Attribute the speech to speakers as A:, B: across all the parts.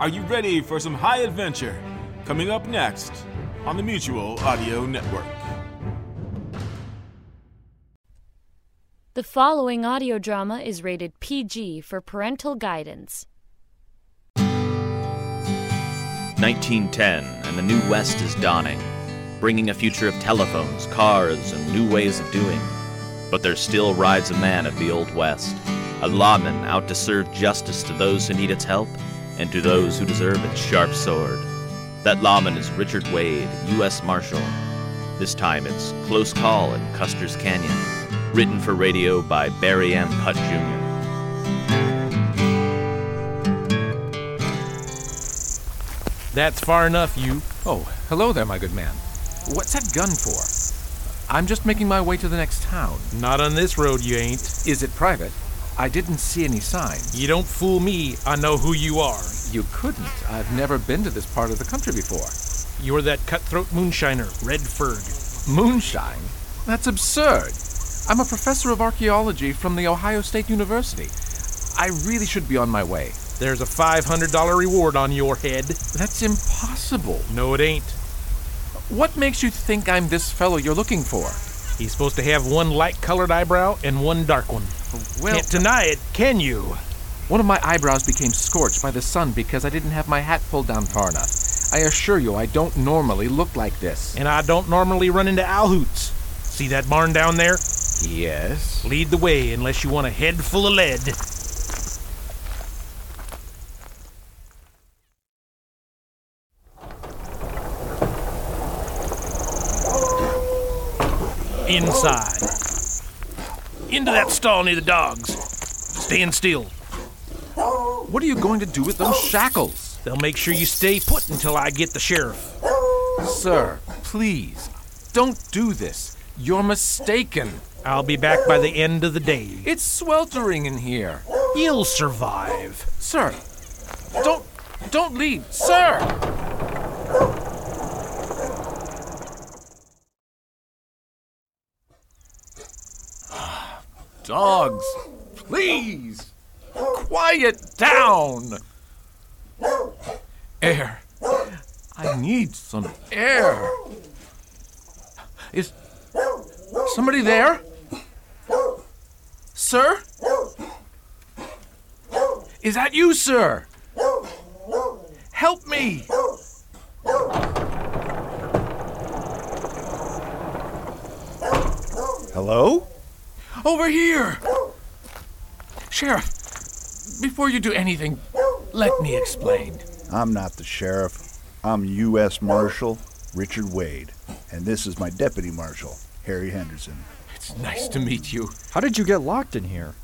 A: Are you ready for some high adventure? Coming up next on the Mutual Audio Network.
B: The following audio drama is rated PG for parental guidance.
C: 1910, and the new West is dawning, bringing a future of telephones, cars, and new ways of doing. But there still rides a man of the Old West, a lawman out to serve justice to those who need its help and to those who deserve its sharp sword. That lawman is Richard Wade, U.S. Marshal. This time it's Close Call in Custer's Canyon, written for radio by Barry M. Putt Jr.
D: That's far enough, you.
E: Oh, hello there, my good man. What's that gun for? I'm just making my way to the next town.
D: Not on this road, you ain't.
E: Is it private? I didn't see any signs.
D: You don't fool me, I know who you are.
E: You couldn't. I've never been to this part of the country before.
D: You're that cutthroat moonshiner, Redford.
E: Moonshine? That's absurd. I'm a professor of archaeology from the Ohio State University. I really should be on my way.
D: There's a $500 reward on your head.
E: That's impossible.
D: No, it ain't.
E: What makes you think I'm this fellow you're looking for?
D: He's supposed to have one light colored eyebrow and one dark one.
E: Well,
D: Can't deny it, can you?
E: one of my eyebrows became scorched by the sun because I didn't have my hat pulled down far enough. I assure you, I don't normally look like this.
D: And I don't normally run into owl hoots. See that barn down there?
E: Yes?
D: Lead the way unless you want a head full of lead. Inside. Into that stall near the dogs. Stand still.
E: What are you going to do with those shackles?
D: They'll make sure you stay put until I get the sheriff.
E: Sir, please, don't do this. You're mistaken.
D: I'll be back by the end of the day.
E: It's sweltering in here.
D: You'll survive.
E: Sir, don't don't leave, sir. Dogs, please quiet down. Air. I need some air. Is somebody there? Sir? Is that you, sir? Help me!
F: Hello?
E: Over here! Sheriff, before you do anything, let me explain.
F: I'm not the sheriff. I'm U.S. Marshal Richard Wade, and this is my deputy marshal, Harry Henderson.
E: It's nice to meet you.
G: How did you get locked in here?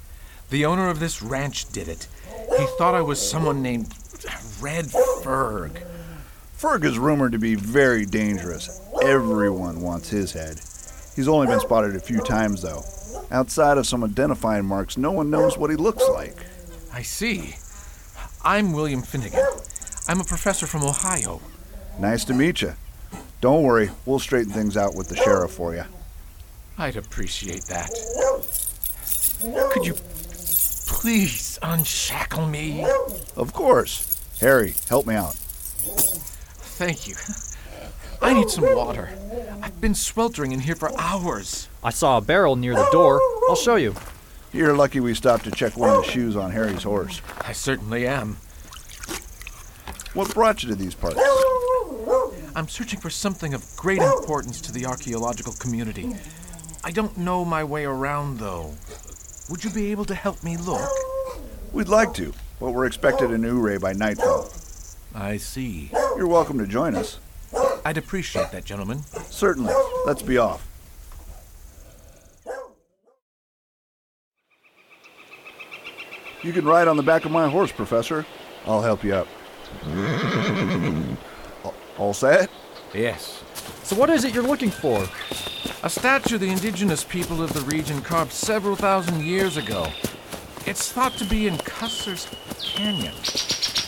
E: The owner of this ranch did it. He thought I was someone named Red Ferg.
F: Ferg is rumored to be very dangerous. Everyone wants his head. He's only been spotted a few times, though. Outside of some identifying marks, no one knows what he looks like.
E: I see. I'm William Finnegan. I'm a professor from Ohio.
F: Nice to meet you. Don't worry, we'll straighten things out with the sheriff for you.
E: I'd appreciate that. Could you please unshackle me?
F: Of course. Harry, help me out.
E: Thank you. I need some water. I've been sweltering in here for hours.
G: I saw a barrel near the door. I'll show you.
F: You're lucky we stopped to check one of the shoes on Harry's horse.
E: I certainly am.
F: What brought you to these parts?
E: I'm searching for something of great importance to the archaeological community. I don't know my way around, though. Would you be able to help me look?
F: We'd like to, but we're expected in Ouray by nightfall.
E: I see.
F: You're welcome to join us.
E: I'd appreciate that, gentlemen.
F: Certainly. Let's be off. You can ride on the back of my horse, Professor. I'll help you up. All- All set?
E: Yes.
G: So, what is it you're looking for?
E: A statue the indigenous people of the region carved several thousand years ago. It's thought to be in Custer's Canyon.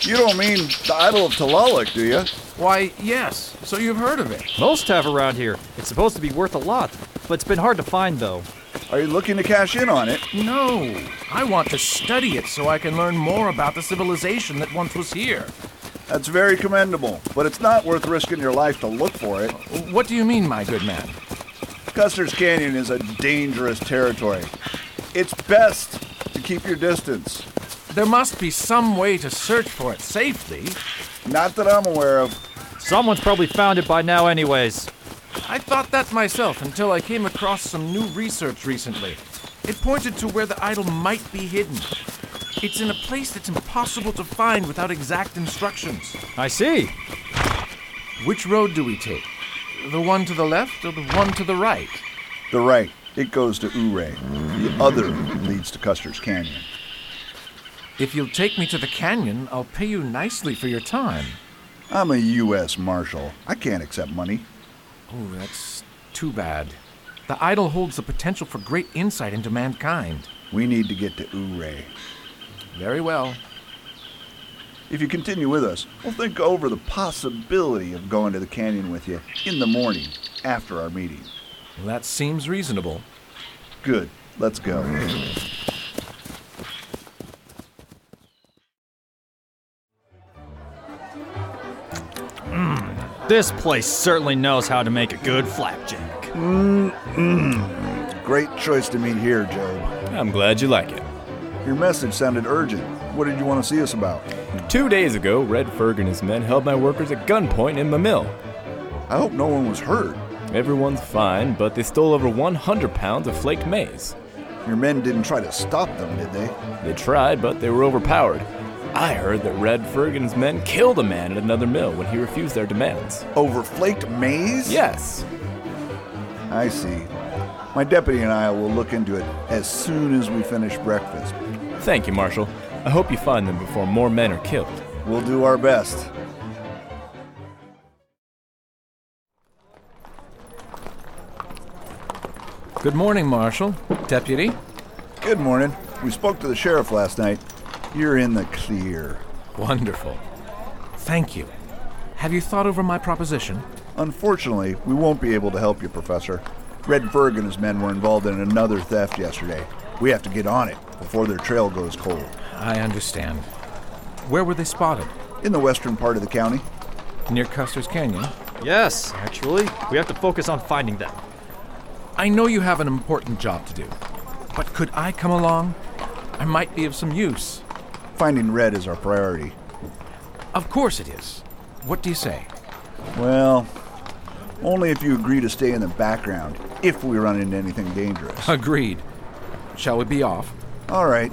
F: You don't mean the idol of Tlaloc, do you?
E: Why, yes, so you've heard of it.
G: Most have around here. It's supposed to be worth a lot, but it's been hard to find, though.
F: Are you looking to cash in on it?
E: No, I want to study it so I can learn more about the civilization that once was here.
F: That's very commendable, but it's not worth risking your life to look for it.
E: What do you mean, my good man?
F: Custer's Canyon is a dangerous territory. It's best to keep your distance.
E: There must be some way to search for it safely.
F: Not that I'm aware of.
G: Someone's probably found it by now, anyways.
E: I thought that myself until I came across some new research recently. It pointed to where the idol might be hidden. It's in a place that's impossible to find without exact instructions.
G: I see.
E: Which road do we take? The one to the left or the one to the right?
F: The right, it goes to Ouray. The other leads to Custer's Canyon.
E: If you'll take me to the canyon, I'll pay you nicely for your time.
F: I'm a U.S. Marshal. I can't accept money.
E: Oh, that's too bad. The idol holds the potential for great insight into mankind.
F: We need to get to Ouray.
E: Very well.
F: If you continue with us, we'll think over the possibility of going to the canyon with you in the morning after our meeting.
E: Well, that seems reasonable.
F: Good. Let's go.
G: This place certainly knows how to make a good flapjack.
F: Great choice to meet here, Job.
H: I'm glad you like it.
F: Your message sounded urgent. What did you want to see us about?
H: Two days ago, Red Ferg and his men held my workers at gunpoint in my mill.
F: I hope no one was hurt.
H: Everyone's fine, but they stole over 100 pounds of flaked maize.
F: Your men didn't try to stop them, did they?
H: They tried, but they were overpowered. I heard that Red Ferg and his men killed a man at another mill when he refused their demands.
F: Over flaked maize?
H: Yes,
F: I see. My deputy and I will look into it as soon as we finish breakfast.
H: Thank you, Marshal. I hope you find them before more men are killed.
F: We'll do our best.
E: Good morning, Marshal. Deputy?
F: Good morning. We spoke to the sheriff last night. You're in the clear.
E: Wonderful. Thank you. Have you thought over my proposition?
F: Unfortunately, we won't be able to help you, Professor. Red Ferg and his men were involved in another theft yesterday. We have to get on it before their trail goes cold.
E: I understand. Where were they spotted?
F: In the western part of the county,
E: Near Custer's Canyon?
G: Yes, actually, we have to focus on finding them.
E: I know you have an important job to do, but could I come along? I might be of some use.
F: finding Red is our priority.
E: Of course it is. What do you say?
F: Well, only if you agree to stay in the background if we run into anything dangerous.
E: Agreed. Shall we be off?
F: All right.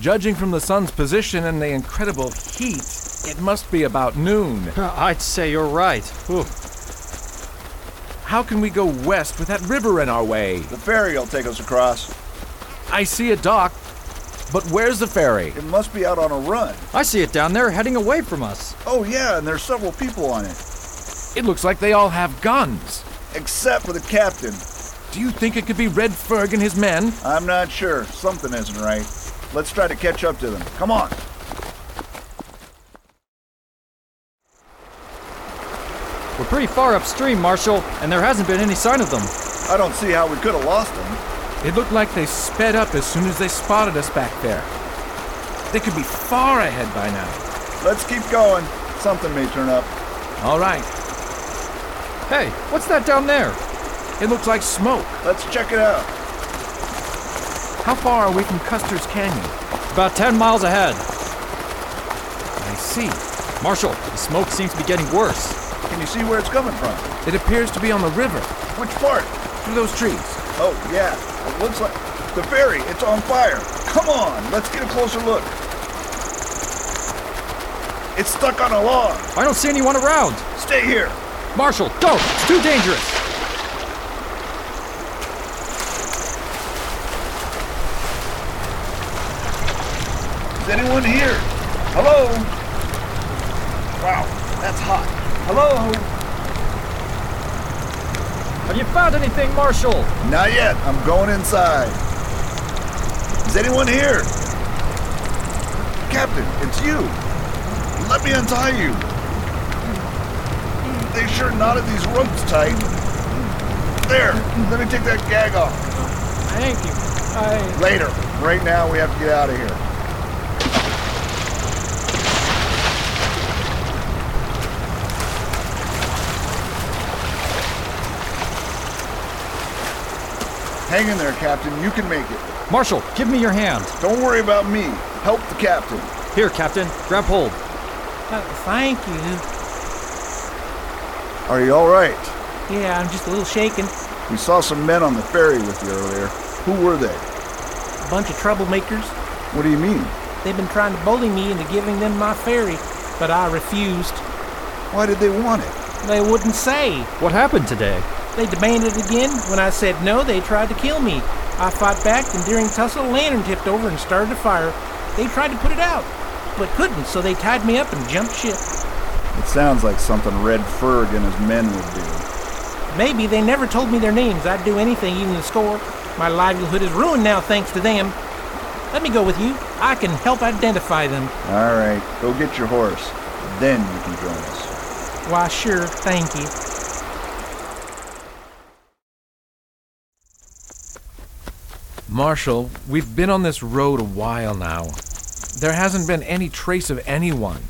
E: Judging from the sun's position and the incredible heat, it must be about noon.
G: Uh, I'd say you're right. Whew.
E: How can we go west with that river in our way?
F: The ferry will take us across.
E: I see a dock, but where's the ferry?
F: It must be out on a run.
G: I see it down there heading away from us.
F: Oh, yeah, and there's several people on it,
E: It looks like they all have guns.
F: except for the captain.
E: Do you think it could be Red Ferg and his men?
F: I'm not sure. Something isn't right. Let's try to catch up to them. Come on.
G: We're pretty far upstream, Marshal, and there hasn't been any sign of them.
F: I don't see how we could have lost them.
E: It looked like they sped up as soon as they spotted us back there. They could be far ahead by now.
F: Let's keep going. Something may turn up.
E: All right,
G: Hey, what's that down there?
E: it looks like smoke.
F: Let's check it out.
E: How far are we from Custer's Canyon?
G: About 10 miles ahead.
E: I see.
G: Marshal, the smoke seems to be getting worse.
F: Can you see where it's coming from?
E: It appears to be on the river,
F: Which part?
E: through those trees.
F: Oh, yeah. It looks like the ferry. It's on fire. Come on. Let's get a closer look. It's stuck on a log.
G: I don't see anyone around.
F: Stay here.
G: Marshal, go! It's too dangerous!
F: Is anyone here? Hello? Wow, that's hot. Hello?
G: Have you found anything, Marshal?
F: Not yet. I'm going inside. Is anyone here? Captain, it's you. Let me untie you. They sure knotted these ropes tight. There, let me take that gag off.
G: Thank you.
I: I.
F: Later. Right now, we have to get out of here. Hang in there, Captain. You can make it.
G: Marshal, give me your hand.
F: Don't worry about me. Help the captain.
G: Here, Captain, grab hold.
I: Uh, thank you.
F: Are you all right?
I: Yeah, I'm just a little shaken.
F: We saw some men on the ferry with you earlier. Who were they?
I: A bunch of troublemakers.
F: What do you mean?
I: They've been trying to bully me into giving them my ferry, but I refused.
F: Why did they want it?
I: They wouldn't say.
G: What happened today?
I: They demanded it again. When I said no, they tried to kill me. I fought back, and during tussle, a lantern tipped over and started a fire. They tried to put it out, but couldn't, so they tied me up and jumped ship.
F: It sounds like something Red Ferg and his men would do.
I: Maybe they never told me their names. I'd do anything, even to score. My livelihood is ruined now thanks to them. Let me go with you. I can help identify them.
F: All right, go get your horse. Then you can join us.
I: Why, sure, thank you.
E: Marshal, we've been on this road a while now. There hasn't been any trace of anyone.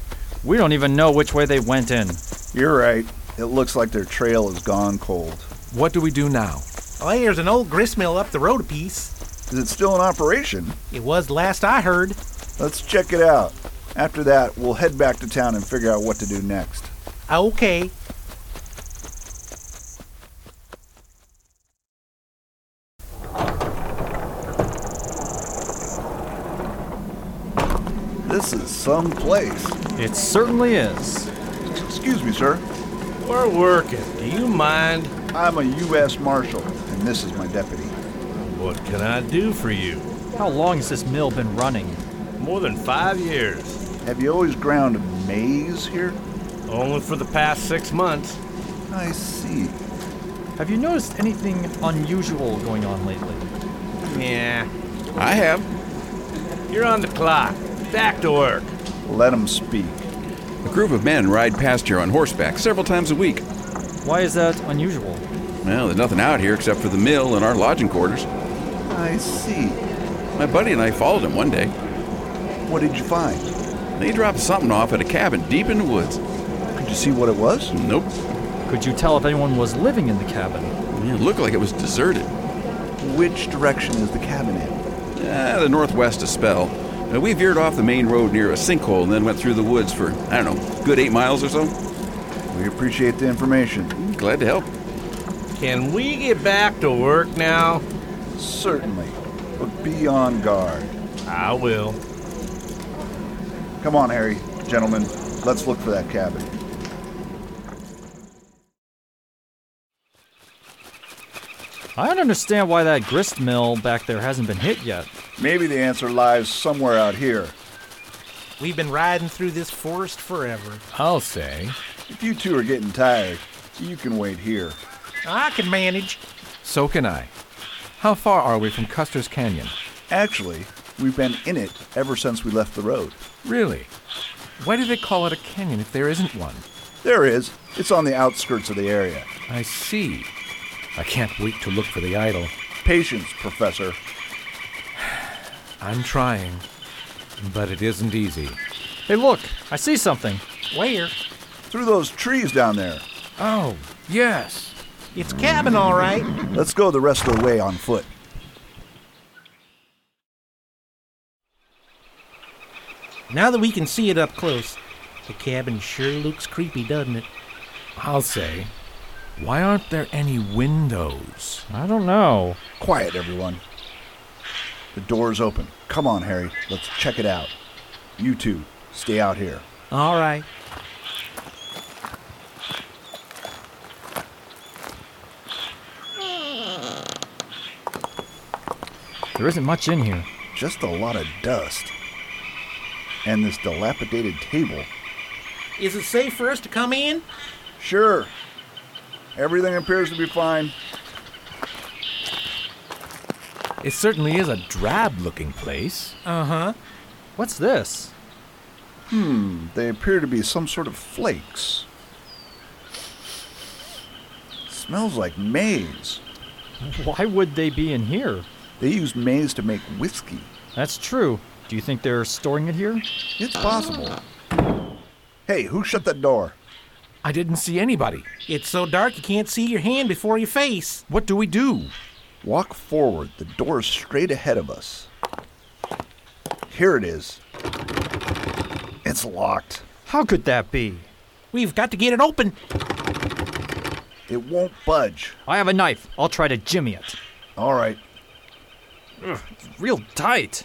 G: We don't even know which way they went in.
F: You're right. It looks like their trail is gone cold.
E: What do we do now?
I: Well, there's an old grist mill up the road a piece.
F: Is it still in operation?
I: It was last I heard.
F: Let's check it out. After that, we'll head back to town and figure out what to do next.
I: Okay.
F: This is some place.
G: It certainly is.
F: Excuse me, sir.
D: We're working. Do you mind?
F: I'm a U.S. Marshal, and this is my deputy.
D: What can I do for you?
G: How long has this mill been running?
D: More than five years.
F: Have you always ground maize here?
D: Only for the past six months.
F: I see.
G: Have you noticed anything unusual going on lately?
D: Yeah.
H: I have.
D: You're on the clock. Back to work.
F: Let him speak.
H: A group of men ride past here on horseback several times a week.
G: Why is that unusual?
H: Well, there's nothing out here except for the mill and our lodging quarters.
F: I see.
H: My buddy and I followed them one day.
F: What did you find?
H: They dropped something off at a cabin deep in the woods.
F: Could you see what it was?
H: Nope.
G: Could you tell if anyone was living in the cabin?
H: It looked like it was deserted.
F: Which direction is the cabin in?
H: Ah, the northwest a spell. Uh, we veered off the main road near a sinkhole and then went through the woods for, I don't know, good eight miles or so.
F: We appreciate the information.
H: Glad to help.
D: Can we get back to work now?
F: Certainly. But be on guard.
D: I will.
F: Come on, Harry. Gentlemen, let's look for that cabin.
G: I don't understand why that grist mill back there hasn't been hit yet.
F: Maybe the answer lies somewhere out here.
I: We've been riding through this forest forever.
D: I'll say.
F: If you two are getting tired, you can wait here.
I: I can manage.
E: So can I. How far are we from Custer's Canyon?
F: Actually, we've been in it ever since we left the road.
E: Really? Why do they call it a canyon if there isn't one?
F: There is. It's on the outskirts of the area.
J: I see. I can't wait to look for the idol.
F: Patience, Professor.
E: I'm trying.
J: But it isn't easy.
G: Hey, look, I see something.
I: Where?
F: Through those trees down there.
J: Oh,
E: Yes.
I: It's cabin, all right.
F: Let's go the rest of the way on foot.
I: Now that we can see it up close, the cabin sure looks creepy, doesn't it?
J: I'll say.
E: Why aren't there any windows?
G: I don't know.
F: Quiet, everyone. The door's open. Come on, Harry. Let's check it out. You two, stay out here.
I: All right.
G: There isn't much in here.
F: Just a lot of dust. And this dilapidated table.
I: Is it safe for us to come in?
F: Sure. Everything appears to be fine.
J: It certainly is a drab looking place.
I: Uh huh.
G: What's this?
F: They appear to be some sort of flakes. Smells like maize.
G: Why would they be in here?
F: They use maize to make whiskey.
G: That's true. Do you think they're storing it here?
F: It's possible. Hey, who shut that door?
J: I didn't see anybody.
I: It's so dark you can't see your hand before your face.
J: What do we do?
F: Walk forward. The door is straight ahead of us. Here it is. It's locked.
G: How could that be?
I: We've got to get it open.
F: It won't budge.
G: I have a knife. I'll try to jimmy it.
F: All right.
G: Ugh, it's real tight.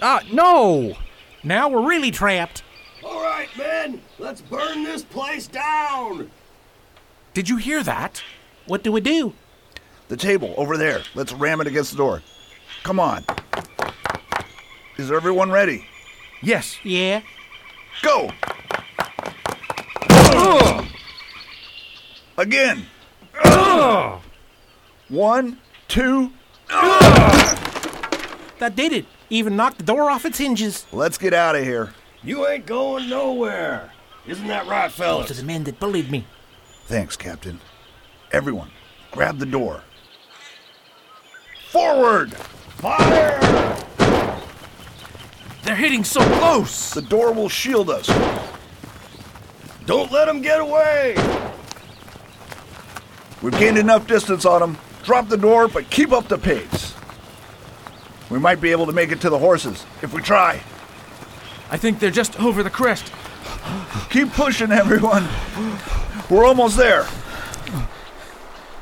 G: Ah, no!
I: Now we're really trapped.
K: All right, men, let's burn this place down.
J: Did you hear that?
I: What do we do?
F: The table over there. Let's ram it against the door. Come on. Is everyone ready?
J: Yes.
I: Yeah.
F: Go! Again.
G: Ugh.
F: One, two.
I: That did it. Even knocked the door off its hinges.
F: Let's get out of here.
K: You ain't going nowhere. Isn't that right,
I: Oh,
K: fellas?
I: to the men that bullied me.
F: Thanks, Captain. Everyone, grab the door. Forward!
K: Fire!
J: They're hitting so close.
F: The door will shield us.
K: Don't let them get away.
F: We've gained enough distance on them. Drop the door, but keep up the pace. We might be able to make it to the horses if we try.
J: I think they're just over the crest.
F: Keep pushing, everyone. We're almost there.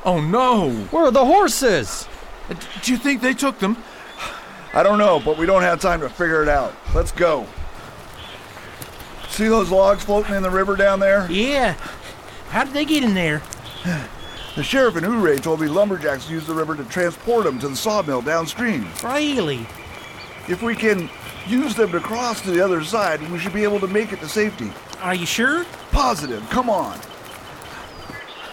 J: Oh no!
G: Where are the horses?
J: Uh, d- Do you think they took them?
F: I don't know, but we don't have time to figure it out. Let's go. See those logs floating in the river down there?
I: Yeah. How did they get in there?
F: The sheriff in Ouray told me lumberjacks use the river to transport them to the sawmill downstream.
I: Really?
F: If we can use them to cross to the other side, we should be able to make it to safety.
I: Are you sure?
F: Positive, come on.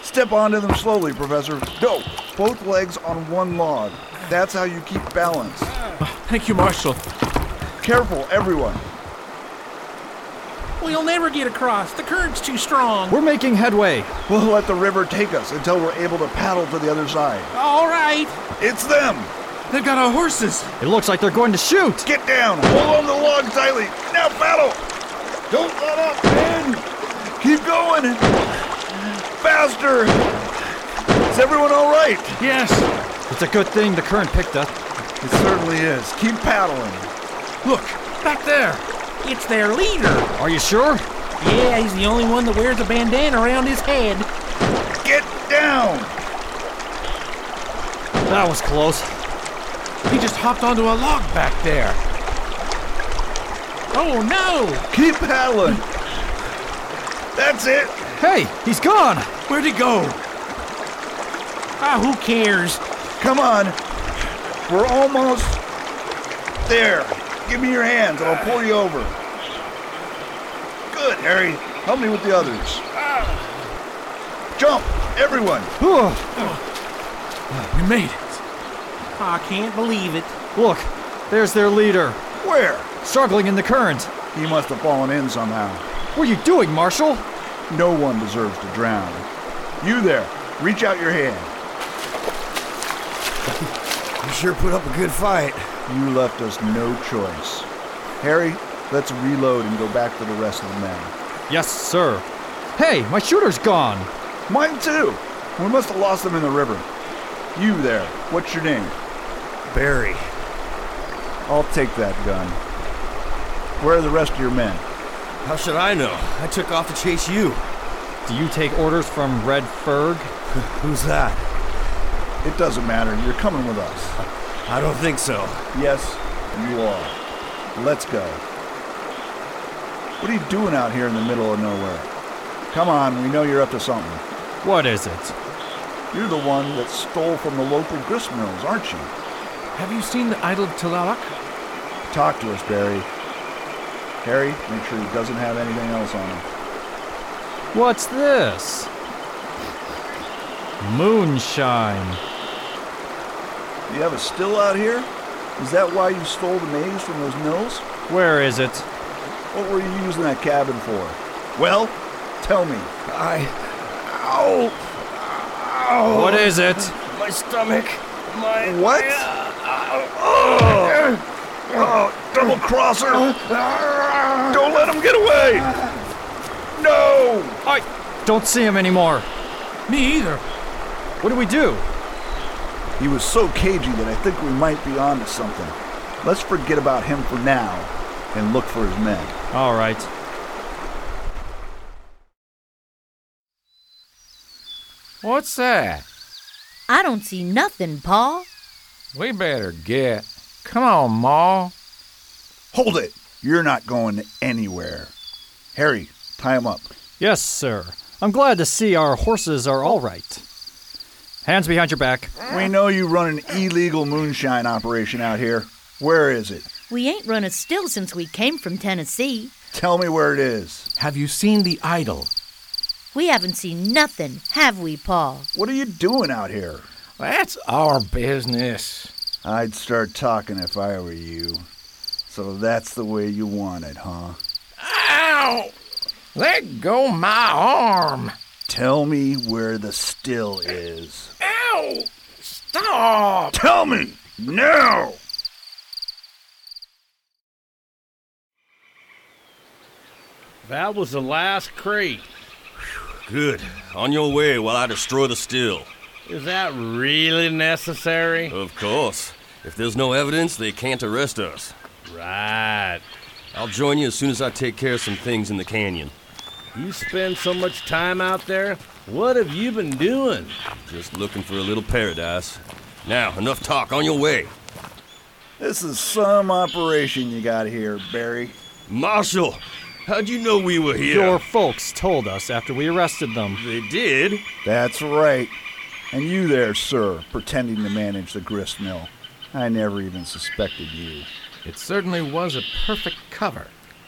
F: Step onto them slowly, Professor. Go. Both legs on one log. That's how you keep balance.
J: Thank you, Marshal.
F: Careful, everyone.
I: We'll never get across. The current's too strong.
G: We're making headway.
F: We'll let the river take us until we're able to paddle to the other side.
I: All right.
F: It's them!
J: They've got our horses.
G: It looks like they're going to shoot.
F: Get down! Hold on to the log tightly! Now paddle! Don't let up, man! Keep going! Faster! Is everyone all right?
J: Yes.
G: It's a good thing the current picked us.
F: It certainly is. Keep paddling.
J: Look, back there.
I: It's their leader.
G: Are you sure?
I: Yeah, he's the only one that wears a bandana around his head.
F: Get down!
G: That was close.
J: He just hopped onto a log back there.
I: Oh no!
F: Keep paddling! That's it!
G: Hey, he's gone.
J: Where'd he go?
I: Ah, who cares?
F: Come on! We're almost there. Give me your hands and I'll pull you over. Good, Harry. Help me with the others. Jump! Everyone!
G: Whew.
J: We made it.
I: Oh. I can't believe it.
G: Look, there's their leader,
F: Where?
G: struggling in the current.
F: He must have fallen in somehow.
G: What are you doing, Marshal?
F: No one deserves to drown. You there, reach out your hand.
L: You sure put up a good fight.
F: You left us no choice. Harry, let's reload and go back to the rest of the men.
G: Yes, sir. Hey, my shooter's gone.
F: Mine too. We must have lost them in the river. You there, what's your name?
L: Barry,
F: I'll take that gun. Where are the rest of your men?
L: how should I know? I took off to chase you.
G: Do you take orders from Red Ferg?
L: Who's that?
F: It doesn't matter. You're coming with us.
L: I don't think so.
F: Yes, you are. Let's go. What are you doing out here in the middle of nowhere? Come on, we know you're up to something.
G: What is it?
F: You're the one that stole from the local grist mills, aren't you?
J: Have you seen the idle Talalak?
F: Talk to us, Barry. Harry, make sure he doesn't have anything else on him.
G: What's this? Moonshine.
F: You have a still out here? Is that why you stole the maize from those mills?
G: Where is it?
F: What were you using that cabin for? Well, tell me.
L: I. Ow! Ow!
G: What is it?
L: My stomach. My.
F: What?
L: Uh,
F: double crosser! Don't let him get away! No!
I: I don't see him anymore.
M: Me either.
I: What do we do?
F: He was so cagey that I think we might be onto something. Let's forget about him for now and look for his men.
I: All right.
E: What's that?
N: I don't see nothing, Pa.
E: We better get. Come on, Ma.
F: Hold it! You're not going anywhere. Harry, tie him up.
I: Yes, sir. I'm glad to see our horses are all right. Hands behind your back.
F: We know you run an illegal moonshine operation out here. Where is it?
N: We ain't run a still since we came from Tennessee.
F: Tell me where it is.
E: Have you seen the idol?
N: We haven't seen nothing, have we, Paul?
F: What are you doing out here?
E: That's our business.
F: I'd start talking if I were you. So that's the way you want it, huh?
E: Ow! Let go my arm!
F: Tell me where the still is.
E: Ow! Stop!
F: Tell me! Now!
M: That was the last crate.
L: Good. On your way while I destroy the still.
M: Is that really necessary?
L: Of course. If there's no evidence, they can't arrest us.
M: Right.
L: I'll join you as soon as I take care of some things in the canyon.
M: You spend so much time out there. What have you been doing?
L: Just looking for a little paradise. Now, enough talk. On your way.
F: This is some operation you got here, Barry.
L: Marshal, How'd you know we were here?
I: Your folks told us after we arrested them.
L: They did?
F: That's right. And you there, sir, pretending to manage the grist mill. I never even suspected you.
E: It certainly was a perfect cover.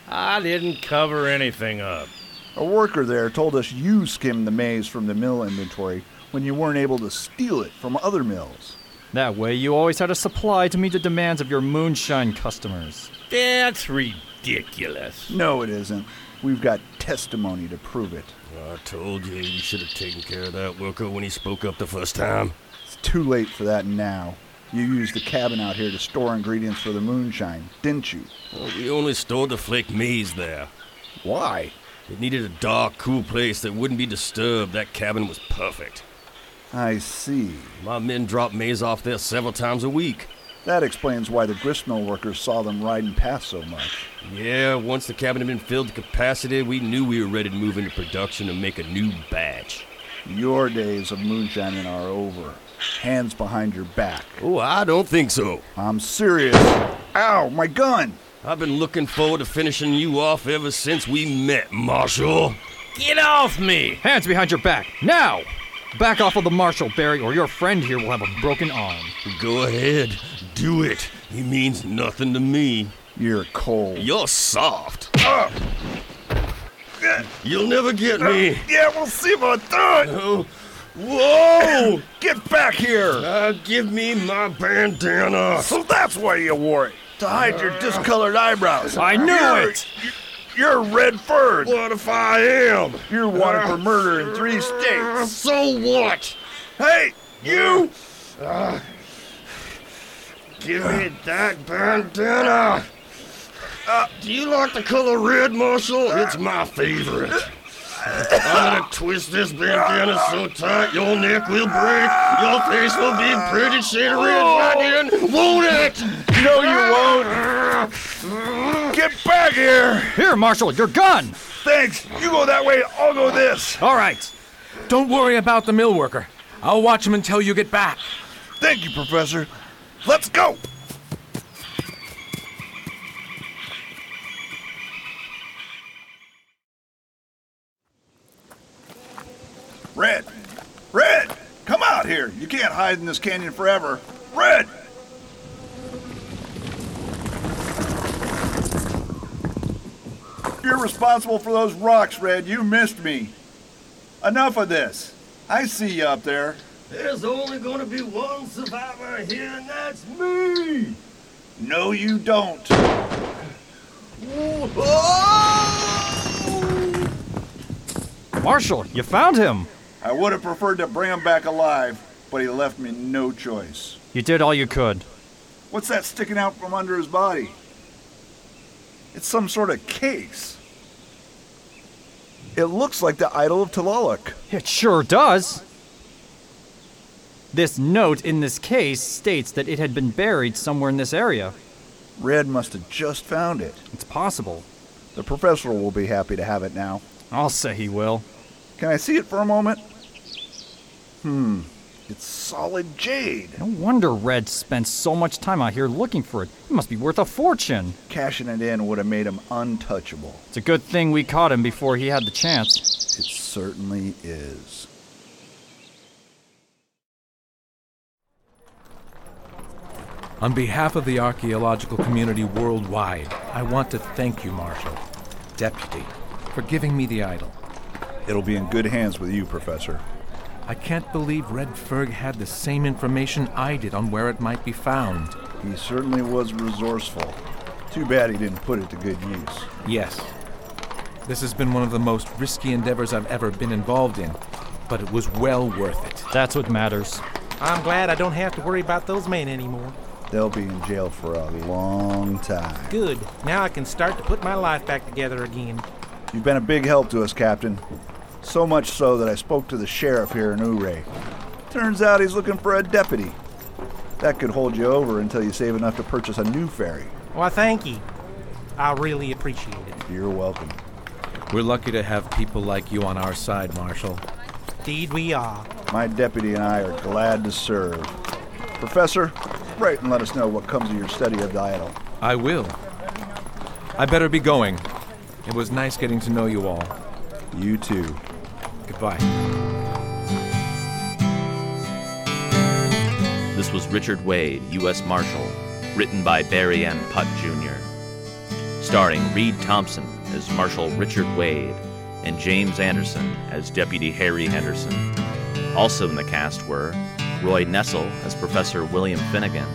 M: I didn't cover anything up.
F: A worker there told us you skimmed the maize from the mill inventory when you weren't able to steal it from other mills.
I: That way, you always had a supply to meet the demands of your moonshine customers.
M: That's ridiculous.
F: No, it isn't. We've got testimony to prove it.
L: I told you you should have taken care of that worker when he spoke up the first time.
F: It's too late for that now. You used the cabin out here to store ingredients for the moonshine, didn't you?
L: Well, we only stored the flake maize there.
F: Why?
L: It needed a dark, cool place that wouldn't be disturbed. That cabin was perfect.
F: I see.
L: My men drop maize off there several times a week.
F: That explains why the gristmill workers saw them riding past so much.
L: Yeah, once the cabin had been filled to capacity, we knew we were ready to move into production and make a new batch.
F: Your days of moonshining are over. Hands behind your back.
L: Oh, I don't think so.
F: I'm serious. Ow, my gun!
L: I've been looking forward to finishing you off ever since we met, Marshal.
M: Get off me!
I: Hands behind your back, now! Back off of the marshal, Barry, or your friend here will have a broken arm.
L: Go ahead. Do it. He means nothing to me.
F: You're cold.
L: You're soft. Uh. You'll never get me. Uh,
F: yeah, we'll see about that.
L: No. Whoa!
F: get back here!
L: Uh, give me my bandana.
F: So that's why you wore it. To hide your discolored eyebrows.
I: I knew you're, it!
F: You're Red Fern.
L: What if I am?
F: You're wanted for murder in three states.
L: So what?
F: Hey, you! Uh,
L: give me that bandana. Uh, Do you like the color red, Marshal? It's my favorite. I'm gonna twist this bandana so tight your neck will break. Your face will be pretty shade of red by then, won't it?
F: Oh. No, you won't. Get back here.
I: Here, Marshal, your gun.
F: Thanks. You go that way. I'll go this.
I: All right.
E: Don't worry about the mill worker. I'll watch him until you get back.
F: Thank you, Professor. Let's go. Red! Red! Come out here! You can't hide in this canyon forever! Red! You're responsible for those rocks, Red. You missed me. Enough of this. I see you up there.
O: There's only gonna be one survivor here, and that's me!
F: No, you don't.
O: Whoa!
I: Marshall, you found him!
F: I would have preferred to bring him back alive, but he left me no choice.
I: You did all you could.
F: What's that sticking out from under his body? It's some sort of case. It looks like the idol of Tlaloc.
I: It sure does. This note in this case states that it had been buried somewhere in this area.
F: Red must have just found it.
I: It's possible.
F: The professor will be happy to have it now.
I: I'll say he will.
F: Can I see it for a moment? Hmm. It's solid jade.
I: No wonder Red spent so much time out here looking for it. It must be worth a fortune.
F: Cashing it in would have made him untouchable.
I: It's a good thing we caught him before he had the chance.
F: It certainly is.
E: On behalf of the archaeological community worldwide, I want to thank you, Marshal, Deputy, for giving me the idol.
F: It'll be in good hands with you, Professor.
E: I can't believe Red Ferg had the same information I did on where it might be found.
F: He certainly was resourceful. Too bad he didn't put it to good use.
E: Yes. This has been one of the most risky endeavors I've ever been involved in, but it was well worth it.
I: That's what matters.
P: I'm glad I don't have to worry about those men anymore.
F: They'll be in jail for a long time.
P: Good. Now I can start to put my life back together again.
F: You've been a big help to us, Captain. So much so that I spoke to the sheriff here in Ouray. Turns out he's looking for a deputy. That could hold you over until you save enough to purchase a new ferry.
P: Why, thank you. I really appreciate it.
F: You're welcome.
E: We're lucky to have people like you on our side, Marshal.
P: Indeed, we are.
F: My deputy and I are glad to serve. Professor, write and let us know what comes of your study of the idol.
E: I will. I better be going. It was nice getting to know you all.
F: You too.
E: Goodbye.
C: This was Richard Wade, U.S. Marshal, written by Barry M. Putt Jr., starring Reed Thompson as Marshal Richard Wade and James Anderson as Deputy Harry Henderson. Also in the cast were Roy Nessel as Professor William Finnegan,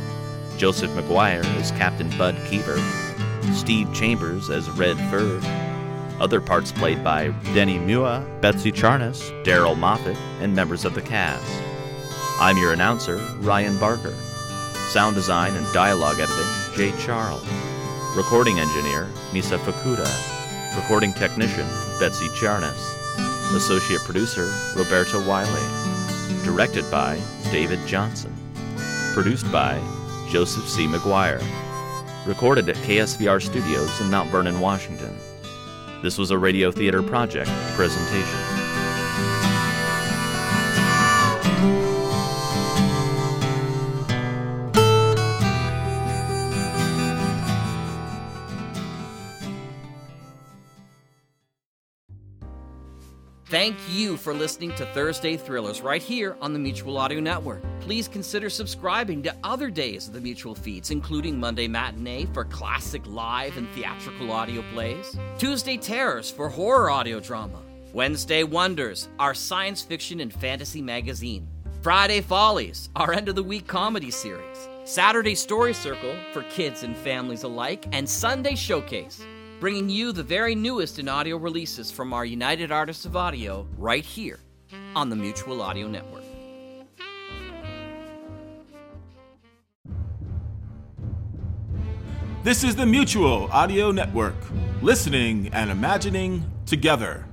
C: Joseph McGuire as Captain Bud Keever, Steve Chambers as Red Ferg, other parts played by Denny Mua, Betsy Charnas, Daryl Moffat, and members of the cast. I'm your announcer, Ryan Barker. Sound design and dialogue editing, Jay Charles. Recording engineer, Misa Fukuda. Recording technician, Betsy Charnas. Associate producer, Roberta Wiley. Directed by David Johnson. Produced by Joseph C. McGuire. Recorded at KSVR Studios in Mount Vernon, Washington. This was a Radio Theater Project presentation.
N: Thank you for listening to Thursday Thrillers right here on the Mutual Audio Network. Please consider subscribing to other days of the Mutual feeds, including Monday Matinee for classic live and theatrical audio plays, Tuesday Terrors for horror audio drama, Wednesday Wonders, our science fiction and fantasy magazine, Friday Follies, our end of the week comedy series, Saturday Story Circle for kids and families alike, and Sunday Showcase bringing you the very newest in audio releases from our United Artists of Audio right here on the Mutual Audio Network.
H: This is the Mutual Audio Network, listening and imagining together.